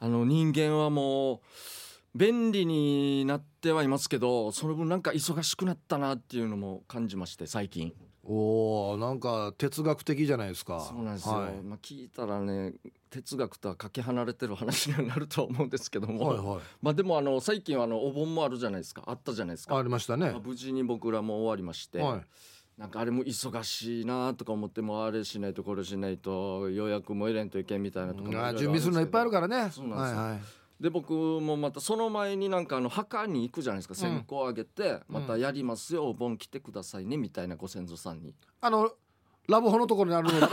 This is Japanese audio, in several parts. あの人間はもう便利になってはいますけどその分なんか忙しくなったなっていうのも感じまして最近おおなんか哲学的じゃないですかそうなんですよ、はいまあ、聞いたらね哲学とはかけ離れてる話にはなるとは思うんですけども、はいはいまあでもあの最近はあのお盆もあるじゃないですかあったじゃないですか、ありましたねまあ無事に僕らも終わりまして、はいなんかあれも忙しいなとか思ってもうあれしないとこれしないと予約も入れんといけんみたいなとかもあー準備するのいっぱいあるらからねそうなんですよはいはいで僕もまたその前になんかあの墓に行くじゃないですか線香あげてまたやりますよお盆来てくださいねみたいなご先祖さんにあのラブホのところにあるの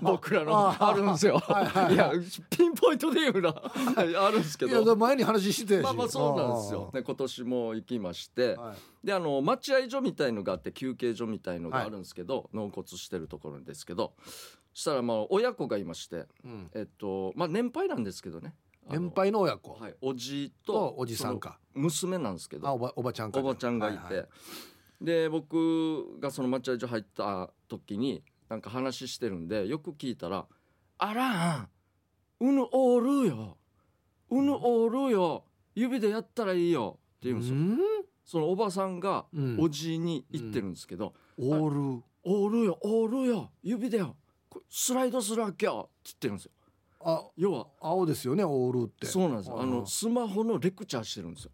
僕らのあーあるんですよはいはいはいいやピンポイントで言うなあるん ですけいやど前に話してたしまあまあそうなんですよで今年も行きましてあーはいであの待合所みたいのがあって休憩所みたいのがあるんですけど納骨してるところですけどそしたらまあ親子がいましてうんえっとまあ年配なんですけどねあの年配の親子はいおじいととおじさんかその娘なんですけどあおばおばちゃんかおばちゃんがいて、ははで僕がその待合所入った時になんか話してるんでよく聞いたら「あらんうぬおるようぬおるよ指でやったらいいよ」って言うんですよ、そのおばさんがうんおじいに言ってるんですけどオール「おるよおるよ指でよこれスライドするわけよ」って言ってるんですよあ要は青ですよねオールってそうなんですよあうのんスマホのレクチャーしてるんですよ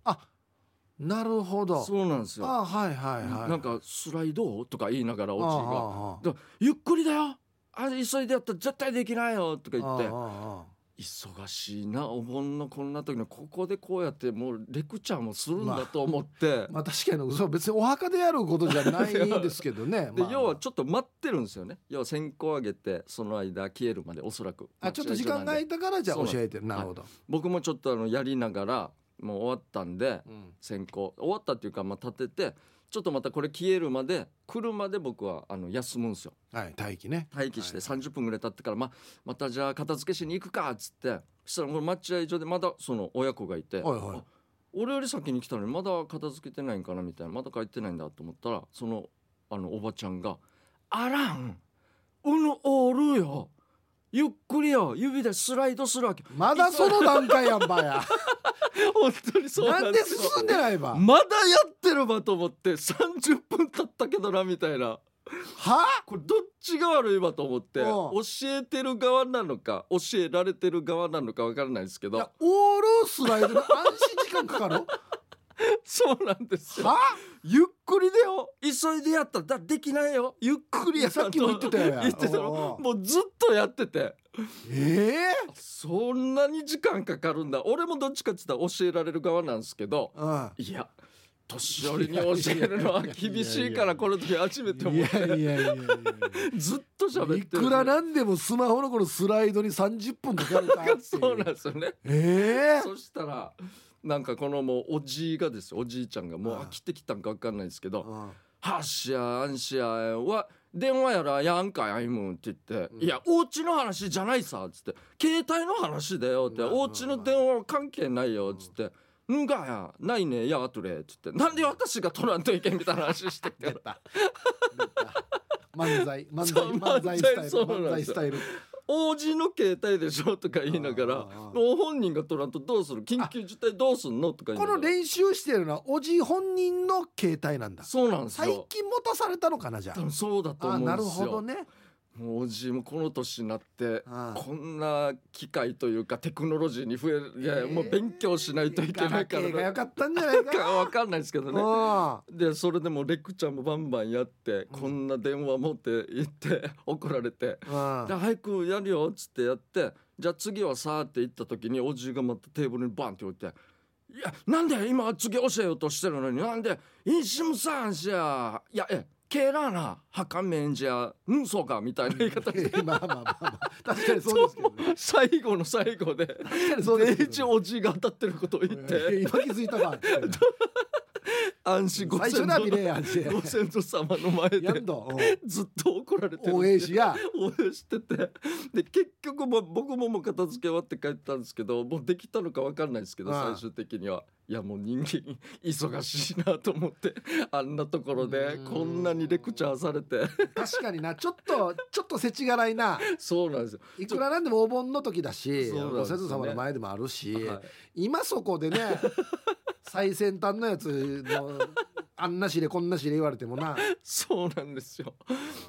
なるほどそうなんですよあはいはいはいなんか「スライド?」とか言いながらおおじいがだからゆっくりだよあれ急いでやったら絶対できないよとか言って忙しいなお盆のこんな時のここでこうやってもうレクチャーもするんだと思って、 まあ確かにそう別にお墓でやることじゃないですけど ねでまあ要はちょっと待ってるんですよね要は線香あげてその間消えるまでおそらくあちょっと時間が空いたからじゃあそう教なんですえてるなるほど、僕もちょっとあのやりながらもう終わったんでうん線香終わったっていうかまあ立ててちょっとまたこれ消えるまで来るまで僕はあの休むんですよはい待機ね待機してはい30分ぐらい経ってから、ままたじゃあ片付けしに行くかっつってそしたらこの待合所でまだその親子がいて、はいはいあ俺より先に来たのにまだ片付けてないんかなみたいなまだ帰ってないんだと思ったらそのあのおばちゃんが「あらんうぬおるよゆっくりよ指でスライドするわけ」まだその段階やんばや本当に そうななんんでですよ進んでないばまだやってるわと思って30分経ったけどなみたいな。はこれどっちが悪いわと思って教うえてる側なのか教えられてる側なのかわからないですけいやどオールスライドの安心時間かかる そうなんですよはゆっくりでよ急いでやったらだできないよゆっくりやさっきも言ってたよや言ってたおうおのうもうずっとやっててええそんなに時間かかるんだ俺もどっちかって言ったら教えられる側なんですけどうんいや年寄りに教えるのは厳しいからこの時初めてい思っやいやていやいやいずっとや喋いってるくらなんでもスマホのこのスライドに30分かかるかっていそうなんですよねええ そしたらなんかこのもうおじいがですよおじいちゃんがもうはい飽きてきたんか分かんないですけどうん「はっしゃあんしゃあわ電話やらやんかやいもん」って言って「いやお家の話じゃないさ」っつって「携帯の話だよ」って「うんうんうんお家の電話は関係ないよ」っつって「んがやないねやあとれ」っつって「なんで私が取らんといけん」みたいな話してき出てた出た漫 才漫才そう漫才スタイルそうなんですよ漫才スタイル「 おじの携帯でしょ」とか言いながあらー「あーご本人が取らんとどうする緊急事態どうすんの?」とか言いこながのら練習してるのはおじい本人の携帯なんだそうなんです最よ。近持たされたのかなじゃ多分そうだとあ思あうんですよ。なるほどねもうおじいもこの年になってああこんな機械というかテクノロジーに増えるいやもう勉強しないといけないからガラケーがな良んかったんじゃない かかわかんないですけどねあでそれでもうレクチャーもバンバンやってうんこんな電話持って行って 怒られて「あ じゃあ早くやるよ」っつってやって「じゃあ次はさ」って言った時におじいがまたテーブルにバンって置いて「いやなんで今次教えようとしてるのになんでインシムさんじゃいやえケラーなはかめんじゃうんそうか」みたいな言い方まあまあまあまあ確かにそうですけどね最後の最後で確かにそうです定けどね 一おじいが当たってることを言っいやて今気づいたかって安心ご最先初祖なビレやんしご先祖様の前やでん どずっと怒られてる応援しや応援しててで結局もう僕ももう片付け終わって帰ったんですけどもうできたのか分かんないですけどああ最終的にはいやもう人間忙しいなと思ってあんなところでうんこんなにレクチャーされて確かになちょっとちょっと世知辛いなそうなんですよ、いくらなんでもお盆の時だしそうなんですよねご先祖様の前でもあるし、はい今そこ でね最先端のやつのあんなしれこんなしれ言われてもなそうなんですよ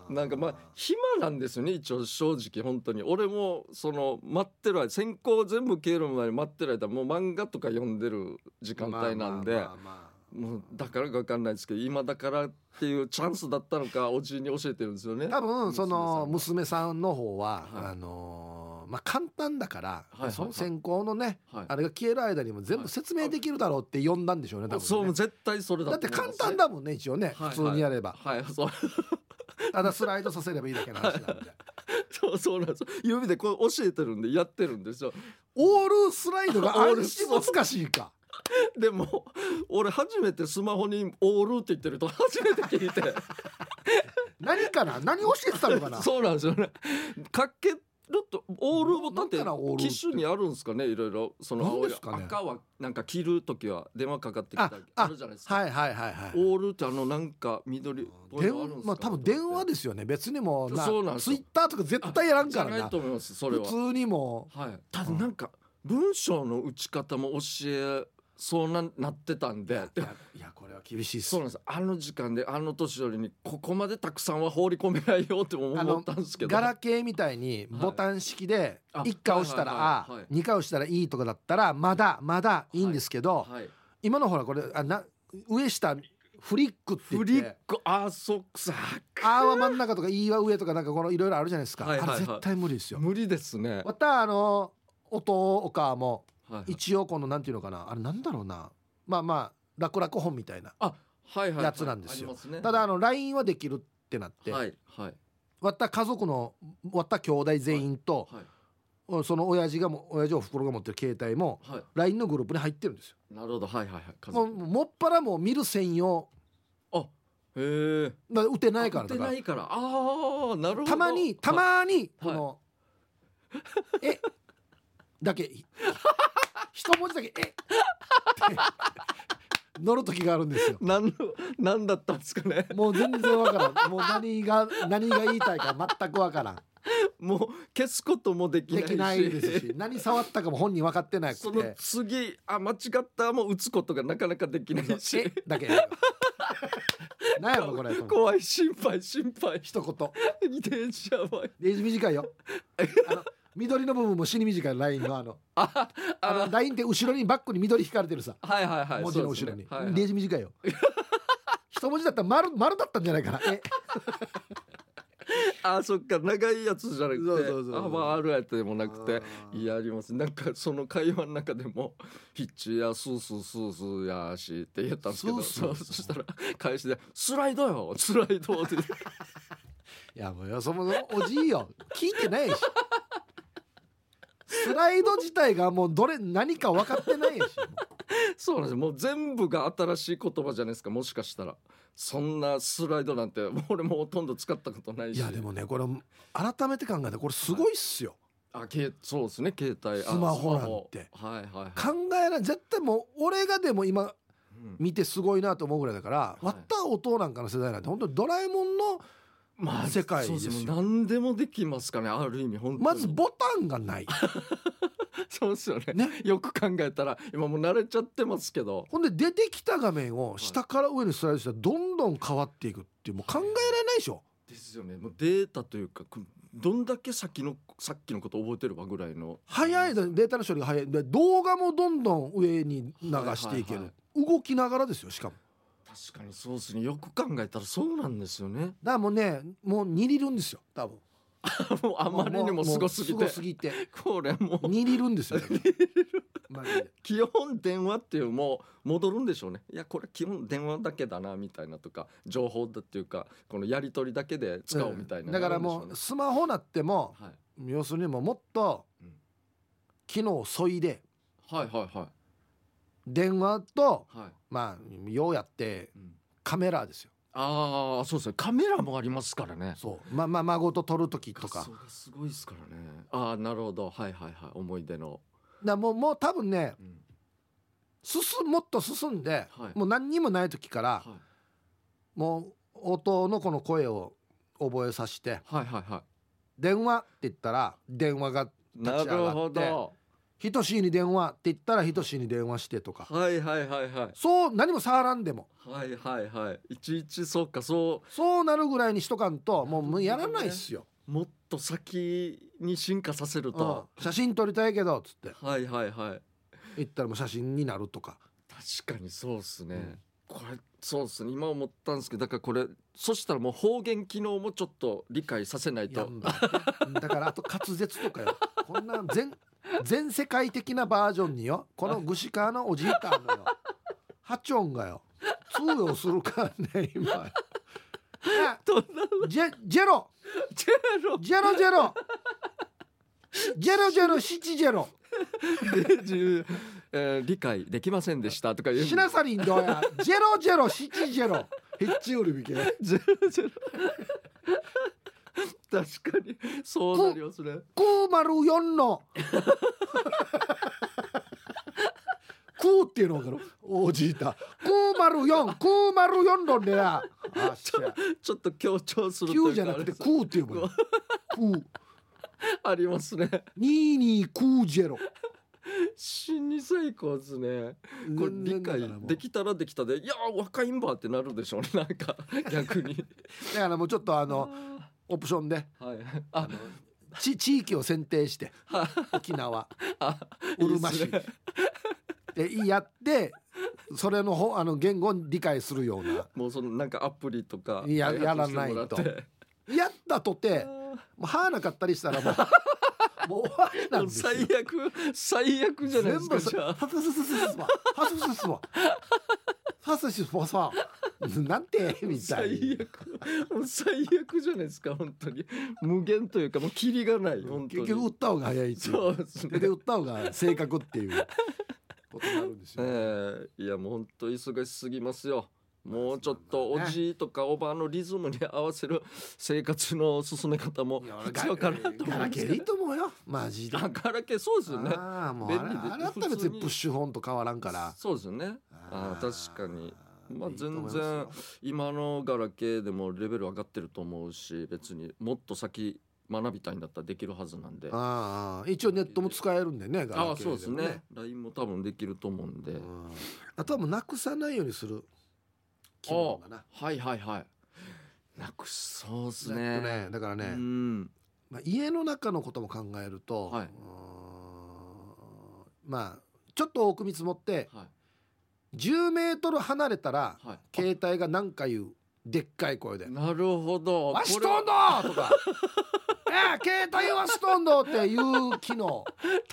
なんかまあ暇なんですよね一応正直本当に俺もその待ってる間選考全部消えるまで待ってる間もう漫画とか読んでる時間帯なんで。まあまあまあまあもうだからかわかんないですけど今だからっていうチャンスだったのかおじいに教えてるんですよね。多分その娘娘さんの方は、はいあのーまあ簡単だから、いはいその選考のねさんはいあれが消える間にも全は部い説明できるだろうって呼んだんでしょうね多分ねそうもう絶対それだだって簡単だだもんね一応ね、はい普通にやれば、はいそうただスライドさせればいいだけの話なんでそうそうなんです指でこう教えてるんでやってるんですよオールスライドがオー安ル心難しいかでも俺初めてスマホに「オール」って言ってると初めて聞いて何かな何教えてたのかなそうなんですよねかけるとオールボタンってなんだろうオールって機種にあるんですかねいろいろそのなん青でいすかね赤はなんか切る時は電話かかってきたありああるじゃないですかはいはいはいはいオールってあのなんか緑っぽい電のあるんですかまあ多分電話でですよね別にもうなそうなんですツイよッターとか絶対やらんからじゃないなと思いますそれ普は通にもはいただなんか文章の打ち方も教えそうななってたんういでやでいやこれは厳しいっすそうなんですあの時間であの年寄りにここまでたくさんは放り込めないよってあ思のったんですけどガラケーみたいにボタン式ではいあ1回押したらはあいはいはいはい2回押したらいいとかだったらまだまだいいんですけどはい今のほらこれあな上下フリックって言フっリッてクあーそっさあーは真ん中とかいいは上とかなんかこのいろいろあるじゃないですかあはいれはいはい絶対無理ですよ無理ですねまたあの音お母もはい一応このなんていうのかなあれなんだろうなまあまあ楽々本みたいなあはいはいやつなんであすよりますねただあの LINE はできるってなって、はいはいわった家族のわった兄弟全員と、はいその親父がも親父おふくろが持ってる携帯もはい LINE のグループに入ってるんですよ。なるほどはいはいはい家もう族もうもっぱらもう見る専用あへえだから打てないからだ打てかないからああなるほらどたまにたはいまにこの「えだけ一文字だけ「えって乗る時があるんですよ。なんのなんだったんですかね もう全然わからん。もう何が何が言いたいか全くわからん。もう消すこともできないでしきないですし、何触ったかも本人分かってなくそのて。次あ間違ったもう打つことがなかなかできないえしだけ。なんやろこれ。と思って 怖い心配心配一言。遺伝子やばいレイジ短いよ。あの緑の部分も死に短いラインのあのああのあラインって後ろにバックに緑引かれてるさ。はいはいはい文字のそ後うろですねにはいはレイいジ短 いよ。一文字だったら丸丸だったんじゃないかな。えあそっか長いやつじゃなくてそうそうそうあまああるやつでもなくてあーいやありますなんかその会話の中でも「ヒッチやスースースースーやーし」って言ったんですけどスースーそうそしたら返しで「スライドよ スライド」って言っていやもうよそもそもおじいよ聞いてないしスライド自体がもうどれ何か分かってな いしそうなんですよもう全部が新しい言葉じゃないですかもしかしたらそんなスライドなんてもう俺もほとんど使ったことないしいやでもねこれ改めて考えたらこれすごいっすよ、あけそうですね携帯あスマホなんてスマホはいはいはい考えない絶対もう俺がでも今うん見てすごいなと思うぐらいだから、い割った音なんかの世代なんて本当にドラえもんのまあ世界そうですよもう何でもできますかねある意味本当にまずボタンがないそうですよねねよく考えたら今もう慣れちゃってますけどほんで出てきた画面を下から上にスライドしたらどんどん変わっていくっていうもう考えられないでしょですよねもうデータというかこうどんだけ先のさっきのこと覚えてるわぐらいの早いだデータの処理が早いで動画もどんどん上に流していける、はいは動きながらですよしかも確かにそうですねよく考えたらそうなんですよ ねだからもうねもう握りるんですよ多分もうあまりにもすごすぎもうてもうすごすぎてこれもう握りる んですよだからマジで基本電話っていうもう戻るんでしょうねいやこれ基本電話だけだなみたいなとか情報だっていうかこのやり取りだけで使おうみたいな、んだからもうスマホなってもはい、要するにもうもっとうん機能を削いではいはいは電話といはいまあようやってうんカメラですよああそうですねカメラもありますからねそうまま孫と撮る時とか画素がすごいですからねああなるほどはいはいはい思い出の、だもうもう多分ねうん進もっと進んで、はいもう何にもない時からはい、もう音の子の声を覚えさせてはいはいは「電話」って言ったら電話がいなるほ立ち上がど「ひとしいに電話」って言ったら「ひとしいに電話して」とかはいはいはいはいそう何も触らんでもはいはいはいいちいちそうかそそうなるぐらいにしとかんともうもうやらないっすよ。うもっと先に進化させるうんと、写真撮りたいけどっつってはいはいはい言ったらもう写真になるとか確かにそうですね、うんこれそうですね今思ったんですけどだからこれそしたらもう方言機能もちょっと理解させないやとんだよねだからあと滑舌とかよこんな全全世界的なバージョンによこのグシカーのおじいたんのよハチョンがよ通用するからね今いやどんジェジェロ ジェロジェロジェロジェロジェロシチジェロでじゅえー理解できませんでしたとか言うシナサリンどうやジェロジェロシチジェ ロヘッチウルビケ ジェロジェロ確かにそうなりますね904の9っていうのがおじいた904904論でなあっしゃちょっと強調するとい9うじかゃなくあれてです9っていうもん9ありますね2290死に最高ですねこれ理解できたらできたでいやー若いんばってなるでしょうねなんか逆にだからもうちょっとあのオプションではいあち地域を選定して沖縄あうるま市いいっすねでやってそれのほあの言語を理解するようなもうそのなんかアプリとかや開発してもらってやらやったとてもう歯なかったりしたらもうもう終わりなんですよ最悪最悪じゃないで全すか部じさゃあハスススススワハスススワハスススワさなんてみた最いに悪もう最悪じゃないですか本当に無限というかもうキリがない本当結局打にった方が早いっていそううですね手で打った方が正確っていうことになるんですえよ、えいやもう本当忙しすぎますよもうちょっとおじいとかおばあのリズムに合わせる 生活の進め方もいや必要かなと思ガいラまケすーけでいいどと思うよマジであガラケーそうですよねああもうあれ便利であれだったら別普通ににプッシュホンと変わらんからそうですよねあーー確かにまあいいと思いす全よ然今のガラケーでもレベル上がってると思うし別にもっと先学びたいんだったらできるはずなんであああ一応ネットも使えるんでねガラケーあそうですもね LINE も多分できると思うんで、うんあとはもうなくさないようにする機能がなはいはいはいなくそうですえねっとねだからね、うんまあ、家の中のことも考えると、はいうーんまあちょっと多く見積もってはい10メートル離れたらはい携帯が何か言うでっかい声でなるほ「どわしことれんど!」と か「ええ携帯はしとんど!」っていう機能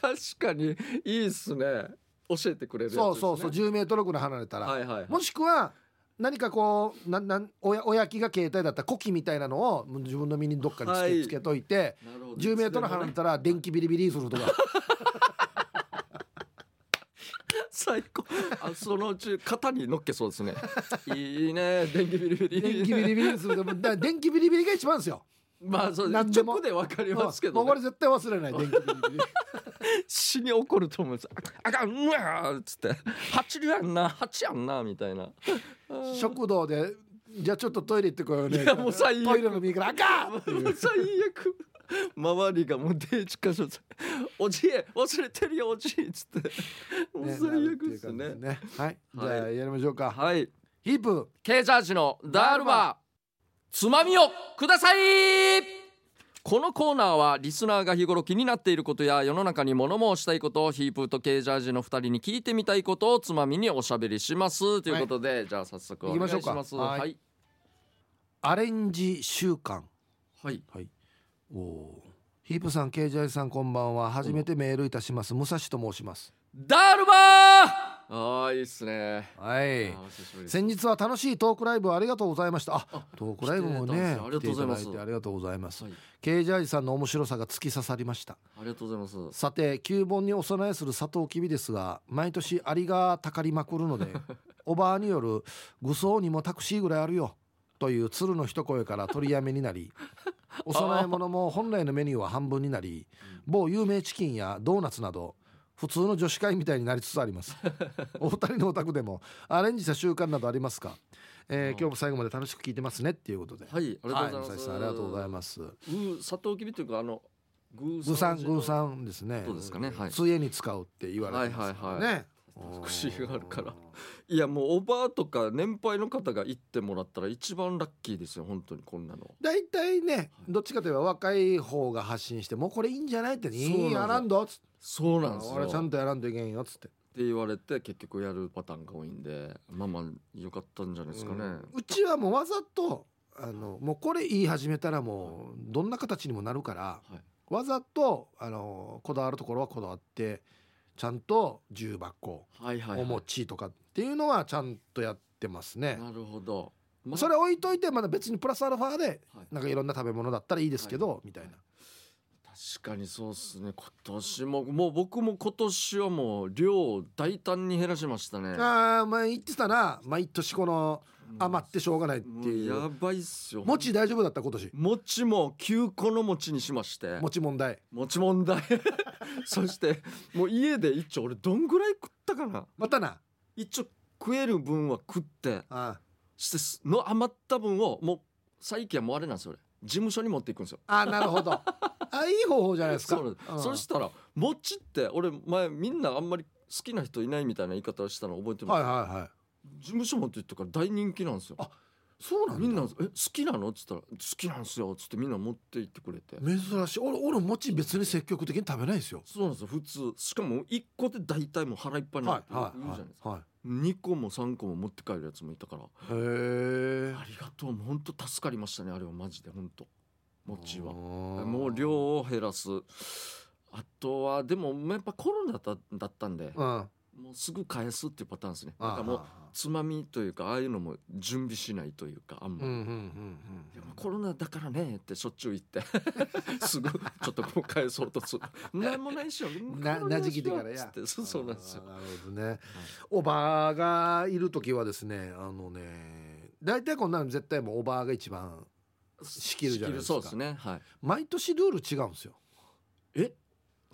確かにいいっすね教えてくれるやつです、ね、そうそうそう10メートルぐらい離れたら、はいはいはいもしくは何かこうなんなんおやおやきが携帯だったらコキみたいなのをもう自分の身にどっかにつけ,、はいつけといて。なるほど10メートル離れたら電気ビリビリする とか最高あそのうち肩に乗っけそう ですねいいね電気ビリビリ電気ビリビリするとかだから電気ビリビリが一番ですよ。まあそう何でも直でわかりもますけうど、こね、れ絶対 忘れない電気ビリビリ。死に怒ると思いますああかんうわーっつって八やんな八やんなみたいな食堂でじゃあちょっとトイレ行ってこようね。いやもう最悪トイレの右からあかんって いう。最悪周りがもう定置箇所おじい忘れてるよおじいっつってもうね最なるって悪いでうす感ねじでね。はい。じゃあやりましょうか。はいヒープ。ケージャージのダールバーつまみをくださいこのコーナーはリスナーが日頃気になっていることや世の中に物申したいことをヒープーとケージャージの2人に聞いてみたいことをつまみにおしゃべりしますということで、じゃあ早速お願いし行きまましすょうかははいいアレンジ習慣。はいはい。おおー。ヒープさん、ケイジャイさん、こんばんは。初めてメールいたします。武蔵と申します。ダールバーあーいいっすねはいあ。ー久しぶりです先日は楽しいトークライブをありがとうございました。あ、トークライブも来ていただいねてありがとうございます来てただてありがとうございますはい。ケイジャージさんの面白さが突き刺さりました。ありがとうございます さて、旧盆にお供えするサトウキビですが、毎年アリがたかりまくるので、おばあによる愚僧にもタクシーぐらいあるよという鶴の一声から取りやめにな りお供え物も本来のメニューは半分になり某有名チキンやドーナツなど普通の女子会みたいになりつつあります お二人のお宅でもアレンジした習慣などありますか、えー今日も最後まで楽しく聞いてますねっていうことではい、ありがとうございはます。武蔵さんありがとうございますす。う、サトウキビというか、あの。ググサングン。サンですねそうですかねはい杖に使うって言われてますからね、はいうん櫛があるからいや、もうおばあとか、年配の方が行ってもらったら、一番ラッキーですよ、本当にこんなの。大体ねどっちかといえば若い方が発信してもうこれいいんじゃないってねそうなんですいいやらんどっつってそうなんですよ。俺ちゃんっとやらんといけんよっつってて言われて、結局やるパターンが多いんで、まあまあ、よかったんじゃないですかね。うんうちはもうわざとあのもうこれ言い始めたらもうどんな形にもなるからはい。わざとあのこだわるところはこだわってちゃんと重箱はいはい、お餅とかっていうのはちゃんとやってますね。なるほど。まそれ置いといてまだ別にプラスアルファではいなんかいろんな食べ物だったらいいですけど、はいみたいな。確かにそうですね。今年も、もう僕も今年はもう量を大胆に減らしましたね。ああまあ言ってたな毎年この余ってしょうがないってもういやうばいっすよ。餅大丈夫だった今年餅も9個の餅にしまして餅問題餅問題 そしてもう家で一丁俺どんぐらい食ったかなまたな一丁食える分は食ってあしてすの余った分をもう最近はもうあれなんですよ俺事務所に持っていくんですよあああなるほどああいい方法じゃないですかそうなんですうんそしたら餅って俺前みんなあんまり好きな人いないみたいな言い方をしたの覚えてます、はいはいはい事務所持って行ったから大人気なんですよあそうなんだみんな「え好きなの?」っつったら「好きなんですよ」っつってみんな持って行ってくれて珍しい俺俺餅別に積極的に食べないですよそうなんですよ普通しかも1個で大体もう腹いっぱいになるはってい言うはいじゃないですか、は2個も3個も持って帰るやつもいたからあいはいへえりがとうもう本当助かりましたねあれはマジで本当餅はももう量を減らすあとはでもやっぱコロナだだったんでうんあもうすぐ返すっていうパターンですねだからあもうつまみというかああいうのも準備しないというかあんま、うんうんうんいやもうコロナだからねってしょっちゅう言って すぐちょっとこう返そうと する何もないっしょうんななじきてからっつやってそうそうなんですよあーなるほどねおばあがいる時はですねあのね大体こんなの絶対もうおばあが一番仕切るじゃないですか仕切そうですねはい毎年ルール違うんですよえ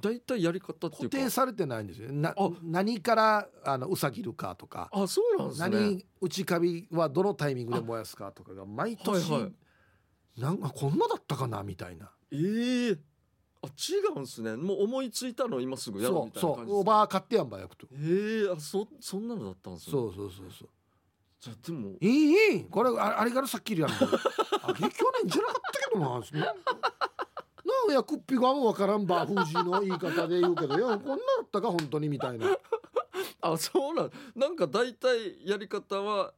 大体やり方ってい固うか定されてないんですよなあ何からあのうさぎるかとか、あそうなんですね何内カビはどのタイミングで燃やすかとかが毎年、はいはいなんかこんなだったかなみたいなええあ違うんですねもう思いついたのを今すぐやるそみうたいなそ感じうおばあ買ってやんばよくと、ええあそそんなのだったんですねそうそうそうそうじゃあでもいいいいこれああれからさっきりやんけあれ去年じゃなかったけどなななんやくっぴがもわからんば封じの言い方で言うけどいやこんなだったか本当にみたいなあそうなんなんか大体やり方は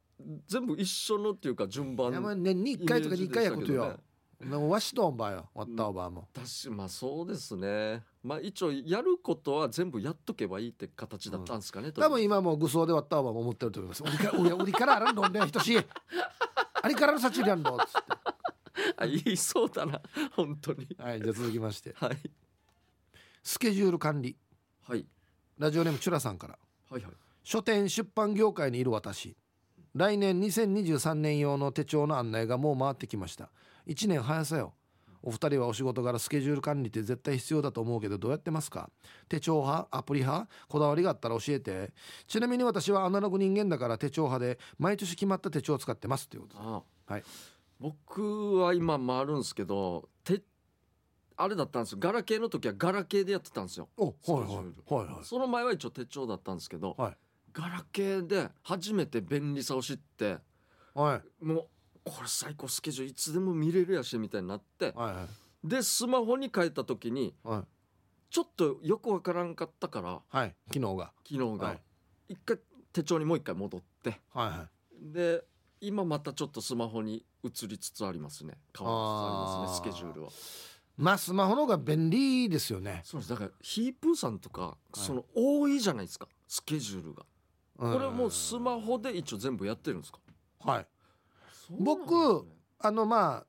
全部一緒のっていうか順番いやまあ年に1回とか2回やことよ、でもわしとおばよわったおばも、私まあそうですねまあ一応やることは全部やっとけばいいって形だったんですかね、と多分今もう愚装でわったおばも思ってると思います売りから売り売りからあらんどんね等しいありからのさちりやんどっつっあ言いそうだな本当にてはいじゃあ続きましてはいスケジュール管理はいラジオネームチュラさんからはいはい書店出版業界にいる私来年2023年用の手帳の案内がもう回ってきました1年早さよお二人はお仕事からスケジュール管理って絶対必要だと思うけどどうやってますか手帳派アプリ派こだわりがあったら教えてちなみに私はアナログ人間だから手帳派で毎年決まった手帳を使ってますっていうことですああはい僕は今もあるんですけどてあれだったんですよガラケーの時はガラケーでやってたんですよおはいスケジューはいはいはいその前は一応手帳だったんですけど、はいガラケーで初めて便利さを知ってはいもうこれ最高スケジュールいつでも見れるやしみたいになってはでスマホに変えた時にいはいちょっとよくわからんかったからはい機能が昨日はがい一回手帳にもう一回戻ってはいはいで今またちょっとスマホに移りつつありますね変わりつつありますねスケジュールはまあスマホの方が便利ですよねそうですだからヒープーさんとか、その多いじゃないですかスケジュールがここれもうスマホで一応全部やってるんですかはい僕あのまあ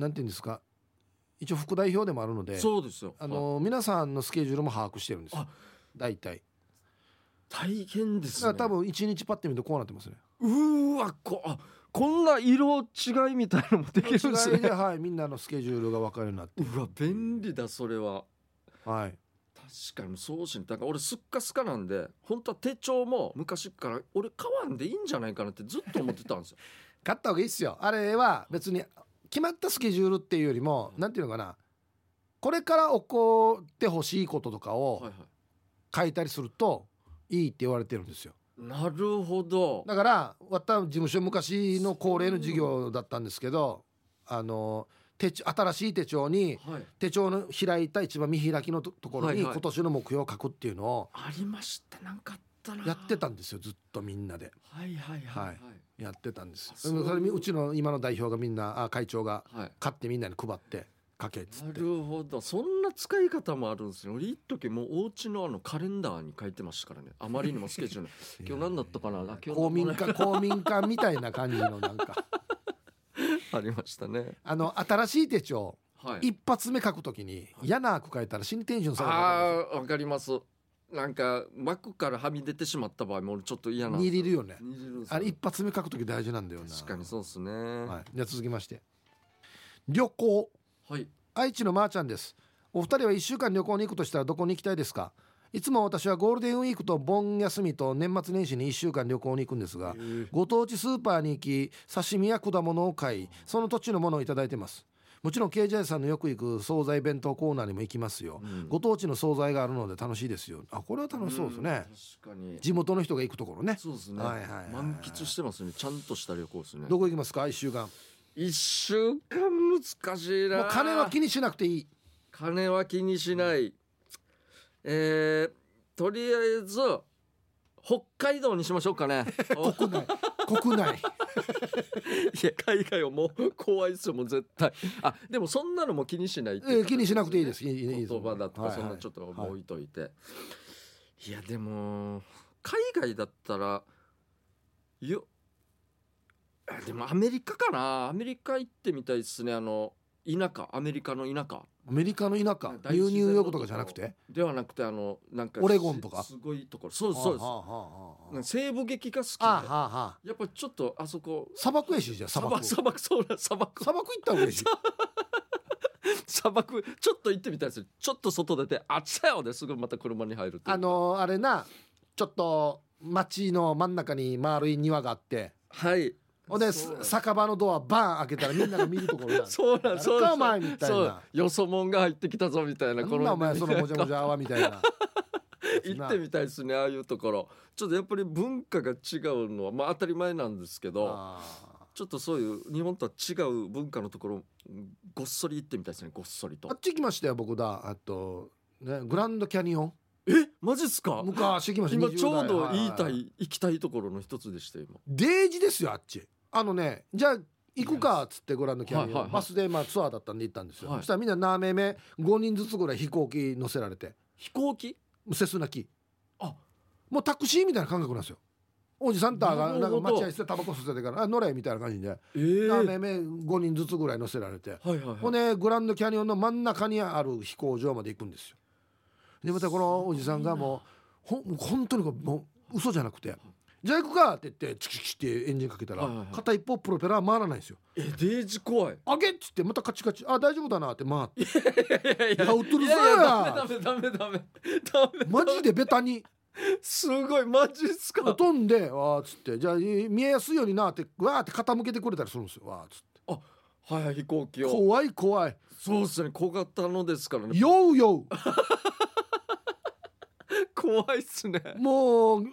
なんていうんですか一応副代表でもあるのでそうですよあの皆さんのスケジュールも把握してるんですよあ大体大変ですだねから多分一日パッて見るとこうなってますね。うーわこあこんな色違いみたいなのもできるんです違いでねはいみんなのスケジュールが分かるようになって、うわ便利だそれははい、確かにそうしんだから俺すっかすかなんで本当は手帳も昔から俺買わんでいいんじゃないかなってずっと思ってたんですよ買った方がいいっすよあれは別に決まったスケジュールっていうよりもなんていうのかなこれから起こってほしいこととかはいはをい書いたりするといいって言われてるんですよなるほどだから私事務所昔の恒例の授業だったんですけどあの手帳新しい手帳にはい手帳の開いた一番見開きのとところはいにはい今年の目標を書くっていうのをありましたなんかあったなやってたんですよずっとみんなではいはいはいははいやってたんですあでそうもそれうちの今の代表がみんなあ会長がはい、買ってみんなに配って書けっつっなてるほどそんな使い方もあるんですね俺一時もうお家のあのカレンダーに書いてましたからねあまりにもスケジュール 今日何だったかなあ今日公民館公民館みたいな感じのなん かありましたねあの新しい手帳はい一発目書くときに嫌な悪書いたら死にテンション下がるあーわかりますなんか枠からはみ出てしまった場合も俺ちょっと嫌なんです握れるよね握れるんですよあれ一発目書くとき大事なんだよな確かにそうですねははい、じゃあ続きまして旅行い、愛知のまーちゃんですお二人は1週間旅行に行くとしたらどこに行きたいですかいつも私はゴールデンウィークと盆休みと年末年始に1週間旅行に行くんですがご当地スーパーに行き刺身や果物を買いその土地のものをいただいてますもちろん KJ さんのよく行く惣菜弁当コーナーにも行きますよ、うんご当地の惣菜があるので楽しいですよあこれは楽しそうですね、うん確かに地元の人が行くところねそうですね、はいはいはいはい満喫してますねちゃんとした旅行ですねどこ行きますか1週間も一週間難しいうな金は気にしなくていい金は気にしないえー、とりあえず北海道にしましょうか ねおい国 内国内や海外はもう怖いですよもう絶対あでもそんなのも気にしないっていうえー気にしなくていいですいいいいです言葉だとはいかはいそんなちょっともう置いといて、いやでも海外だったらよあでもアメリカかなアメリカ行ってみたいですねあの田舎アメリカの田舎アメリカの田舎大ニュー自ニ然ュのーヨークとかじゃなくてではなくてあのなんかオレゴンとかすすごいところそうですそうですはあはなんか西部劇が好きであはああはあはあやっぱちょっとあそこ砂漠やしじゃあ砂砂漠漠砂漠そうだ砂漠砂漠行った方がいいし砂漠ちょっと行ってみたいですちょっと外出てあっちだよですぐまた車に入るっていうあのーあれなちょっと町の真ん中に丸い庭があってはいほんでそうなんです酒場のドアバーン開けたらみんなが見るところな んそうなんそうな誰かんお前みたいなそうよそもんが入ってきたぞみたいななんだお前そのもじゃもじゃ泡み たいな行ってみたいですねああいうところちょっとやっぱり文化が違うのはまあ当たり前なんですけどあーちょっとそういう日本とは違う文化のところうんごっそり行ってみたいですねごっそりあとっち行きましたよ僕だあとねグランドキャニオンえマジっすか昔行きました今ちょうど言いた20代い行きたいところの一つでした今デージですよあっちあのねじゃあ行くかっつってご覧のキャニオン、はいはいはいバスでまあツアーだったんで行ったんですよ、はいそしたらみんな何名目5人ずつぐらい飛行機乗せられて飛行機もうセスナ機あもうタクシーみたいな感覚なんですよおじさんとあながるなんほどか待合室でタバコ吸っててからあ乗れみたいな感じでえ何ー名目5人ずつぐらい乗せられて、はいはいほんはいでグランドキャニオンの真ん中にある飛行場まで行くんですよでまたこのおじさんがもうほん本当にこうもう嘘じゃなくて「じゃあ行くか!」って言ってチキチキってエンジンかけたら、はいはいはい片一方プロペラは回らないんですよえデージ怖い「あげ!」っつってまたカチカチ「あ大丈夫だな」って回っていやいやうっとるさいやいやダメダメダメダメダメマジでベタにすごいマジっすか飛んで「わー」っつって「じゃあ見えやすいようにな」ってわーって傾けてくれたりするんですよ「わー」っつってはいはい飛行機を怖い怖いそうですね小型のですからね酔う酔怖いっすねうもう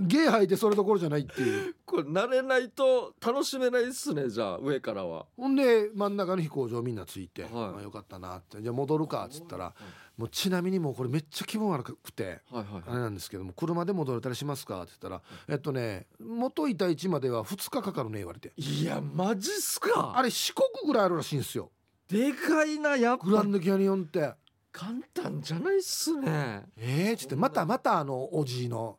ゲー吐いてそれどころじゃないっていう。これ慣れないと楽しめないっすねじゃあ上からはほんで真ん中の飛行場みんなついて、はいまあよかったなってじゃあ戻るかっつったらもうちなみにもうこれめっちゃ気分悪くてはいはいあれなんですけども車で戻れたりしますかって言ったらえっとね元いた位置までは2日かかるね言われていやマジっすかあれ四国ぐらいあるらしいんですよでかいなやっグラぱンドキャニオンって。簡単じゃないっすねえー、っつってまたまたあのおじい の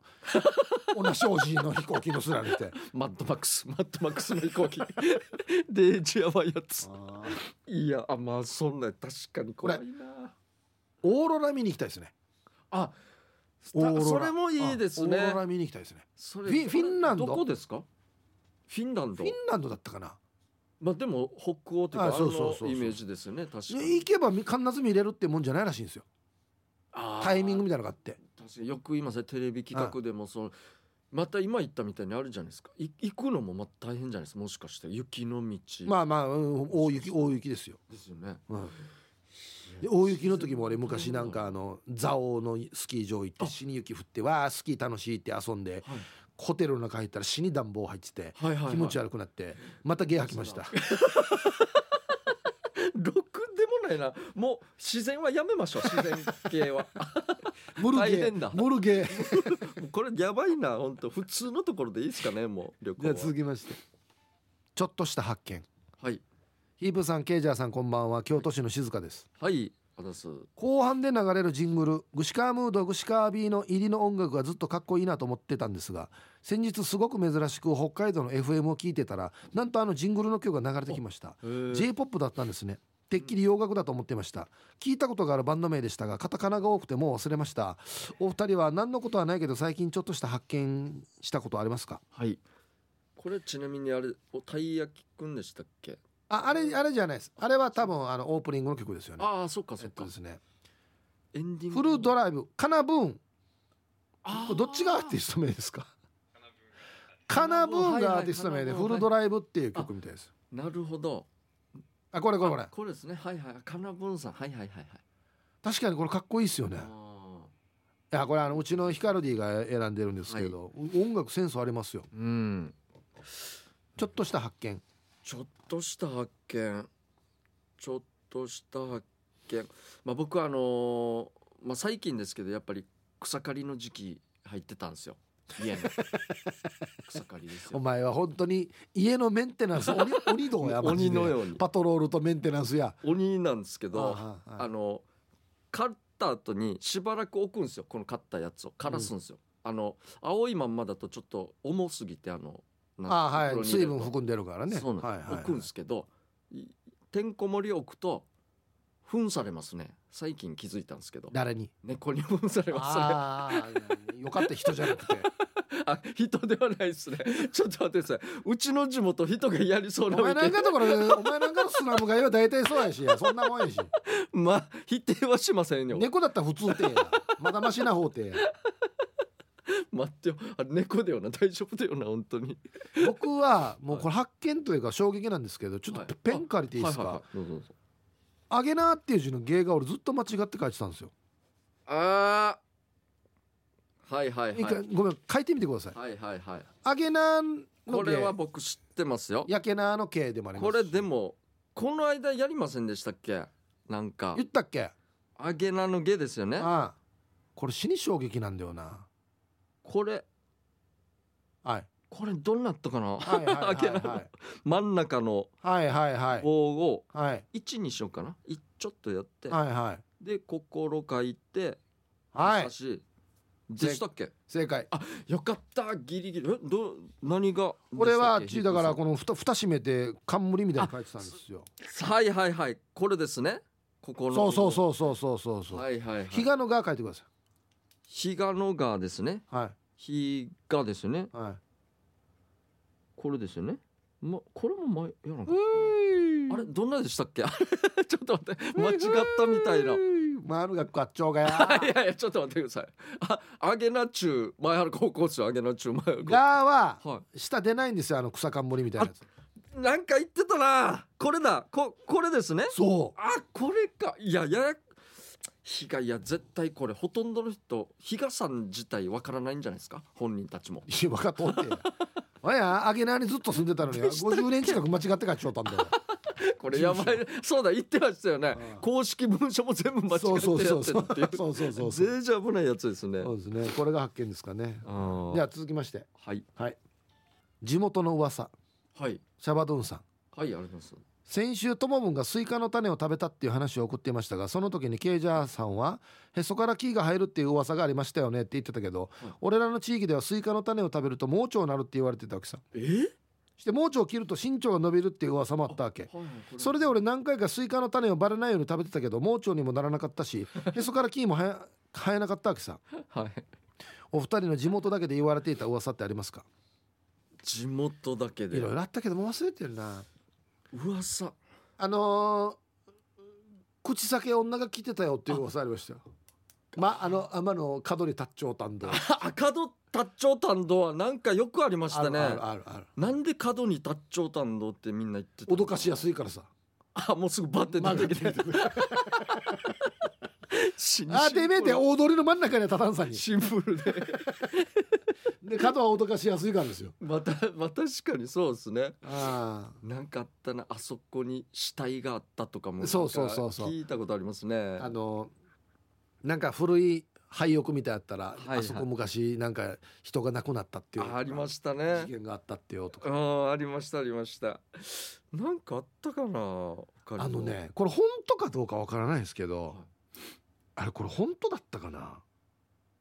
同じおじいの飛行機乗せられてマッドマックスマッドマックスの飛行機 デージやばいやついやあまあそんな確かに怖いなオーロラ見に行きたいですねあスタオーロラそれもいいですねあオーロラ見に行きたいですねそれフィンフィンランドどこですかフィンランフドィンランドだったかなまあでも北欧というかああそうそうそうそうのイメージですよね確かで行にけばみ必ず見れるってもんじゃないらしいんですよタタイミングみたいなのがあって確かによく今さテレビ企画でもそのまた今言ったみたいにあるじゃないですかい行くのもまた大変じゃないですかもしかして雪の道まあまあ、うん大雪大雪ですよ、ですよねうんで大雪の時も俺昔なんかあの蔵王のスキー場行ってあ死に雪降ってわあスキー楽しいって遊んではいホテルの中入ったら死に暖房入っててはいはいはい気持ち悪くなってまたゲー吐き ましたろくでもないなもう自然はやめましょう自然系 はモルゲ大変だーモルゲーもうこれやばいな本当普通のところでいい ですかねもう旅行じゃはあ続きましてちょっとした発見はいヒープさんケイジャーさんこんばんは京都市の静香ですはいあざす後半で流れるジングル「グシカームードグシカービー」の入りの音楽がずっとかっこいいなと思ってたんですが先日すごく珍しく北海道の FM を聞いてたらなんとあのジングルの曲が流れてきましたへー j p o p だったんですねてっきり洋楽だと思ってました聞いたことがあるバンド名でしたがカタカナが多くてもう忘れましたお二人は何のことはないけど最近ちょっとした発見したことありますかはいこれちなみにあれおたい焼きくんでしたっけああれあれじゃないですあれは多分あのオープニングの曲ですよねああそっかえそっっか、とですねエンディングフルドライブカナブーンあーこれどっちがアーティスト名です かカナブーンがアーティスト名はでいはいフルドライブっていう曲みたいですなるほどあこれこれこあれこれですねはいはいカナブンさんはいはいはい確かにこれかっこいいですよねはいあいやこれあのうちのヒカルディが選んでるんですけど、音楽センスありますよーうんちょっとした発見ちょっとした発見ちょっとした発見まあ僕はあのーまあ、最近ですけどやっぱり草刈りの時期入ってたんですよ 家の草刈りですおよ前は本当に家のメンテナンス 鬼鬼道やマジ鬼でのようにパトロールとメンテナンスや鬼なんですけどあああああの刈った後にしばらく置くんですよこの刈ったやつを枯らすんですよ、あの青いまんまだとちょっと重すぎてあのなんかああは袋いに入れ水ると分含んでるからねそうなんです、はいはいはい置くんですけどいてんこ盛り置くと糞されますね最近気づいたんですけど誰に猫に糞されますねああよかった人じゃなくてあ人ではないです ねちょっと待ってくださいうちの地元人がやりそうおな前わなけんかところお前なんかのスラム街は大体そうやしそんなもん やしまあ否定はしませんよ猫だったら普通てやまだましな方てや待ってよあ猫だよな大丈夫だよな本当に僕はもうこれ発見というか衝撃なんですけどちょっとペン借りていいですはかいはいはいどうぞどうぞ「あげな」っていう字の芸が俺ずっと間違って書いてたんですよあーはいはい一はい回ごめん書いてみてくださいはいはいはい「あげな」のこれは芸僕知ってますよ「やけな」の芸でもありまこれすでもこの間やりませんでしたっけなんか言ったっけあげなのげですよねああこれ死に衝撃なんだよなこれ はいこれどうなったかなはいはいはいあげなの真ん中のはいはいはいはい棒をはい1にしようかな1ちょっとやってはいはいで心書いてはい差しでしたっけ正解よかったギリギリえどう何がこれはでちしだたっけからこの蓋蓋閉めて冠みたいに書いてたんですよはいはいはいこれですねここのそうそううそうそうそうそうそうはいはいはい比嘉のが書いてくださ比嘉のがですねいは比嘉ですねいはいこれですよねまこれも前やらなかったああれどんなでしたっけあれ ちょっと待って間違ったみたいな丸がガッチョウが あやいやいやちょっと待ってくださいあアゲナ中前原高校生アゲナ中前原高がは校は下出ないんですよあの草冠みたいなやついなんか言ってたなこれだここれですねそあこれかいやいや被害いや絶対これほとんどの人比嘉さん自体わからないんじゃないですか本人たちもういや分かっと ってやおやあげなにずっと住んでたのに50年近く間違って書いちゃったんだよこれやばいそうだ言ってましたよねうん公式文書も全部 間違そうそうってやそうってそるうっていうそうそうそうそう全然危ないやつですねそうですねこれが発見ですかねあじゃあ続きましてあはいはい地元の噂はいシャバドゥンさんはいあります先週ともぶんがスイカの種を食べたっていう話を送っていましたがその時にケイジャーさんは「へそから木が生えるっていう噂がありましたよね」って言ってたけど、はい俺らの地域ではスイカの種を食べると盲腸になるって言われてたわけさえして盲腸を切ると身長が伸びるっていう噂もあったわけそれで俺何回かスイカの種をバレないように食べてたけど盲腸にもならなかったしへそから木も生え買えなかったわけさんはいお二人の地元だけで言われていた噂ってありますか地元だけいでろいろあったけどもう忘れてるな噂 あのー口先女が来てたよっていう噂ありましたよまああの天の角に達長担当あ赤戸達長担当はなんかよくありましあたるねあるあるあるなんで角に達長担当ってみんな言ってた脅かしやすいからさ あもうすぐバッて出 てきて死にあシンプルてめえで大通りの真ん中には立たんさにシンプルでで角は脅かしやすいからですよまたまあ確かにそうですねあなんかあったなあそこに死体があったとかもそうそうそうそうなんか聞いたことありますねああのなんか古い廃屋みたいだったら、いはいあそこ昔なんか人が亡くなったっていうあありましたね事件があったってよとかあありましたありましたなんかあったかな他にもあのねこれ本当かどうかわからないですけど、はいあれこれ本当だったかな